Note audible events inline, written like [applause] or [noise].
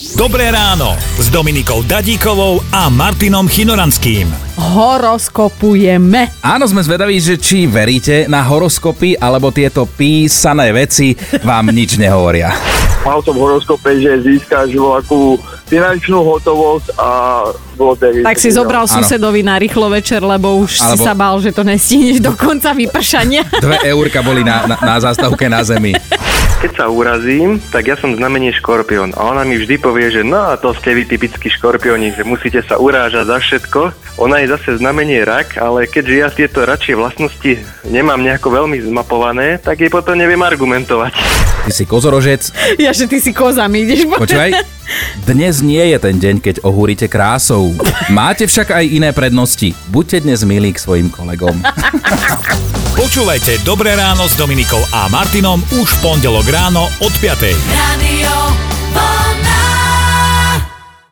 Dobré ráno s Dominikou Dadíkovou a Martinom Chinoranským. Horoskopujeme. Áno, sme zvedaví, že či veríte na horoskopy, alebo tieto písané veci vám nič nehovoria. mal som v horoskope, že získaš voľakú finančnú hotovosť a v lotérii. Tak si vyhral. zobral Áno. susedovi na rýchlo večer, lebo už si Alebo- sa bál, že to nestihneš do konca vypršania. [laughs] Dve eurka boli na, na, na zástavke na zemi. Keď sa urazím, tak ja som znamenie škorpión a ona mi vždy povie, že no a to ste vy typickí škorpióni, že musíte sa urážať za všetko. Ona je zase znamenie rak, ale keďže ja tieto radšej vlastnosti nemám nejako veľmi zmapované, tak jej potom neviem argumentovať. Ty si kozorožec, Ja, že ty si kozam ideš. počúvaj. Dnes nie je ten deň, keď ohúrite krásou. Máte však aj iné prednosti. Buďte dnes milí k svojim kolegom. Počúvajte Dobré ráno s Dominikou a Martinom už v pondelok ráno od 5. Radio 1.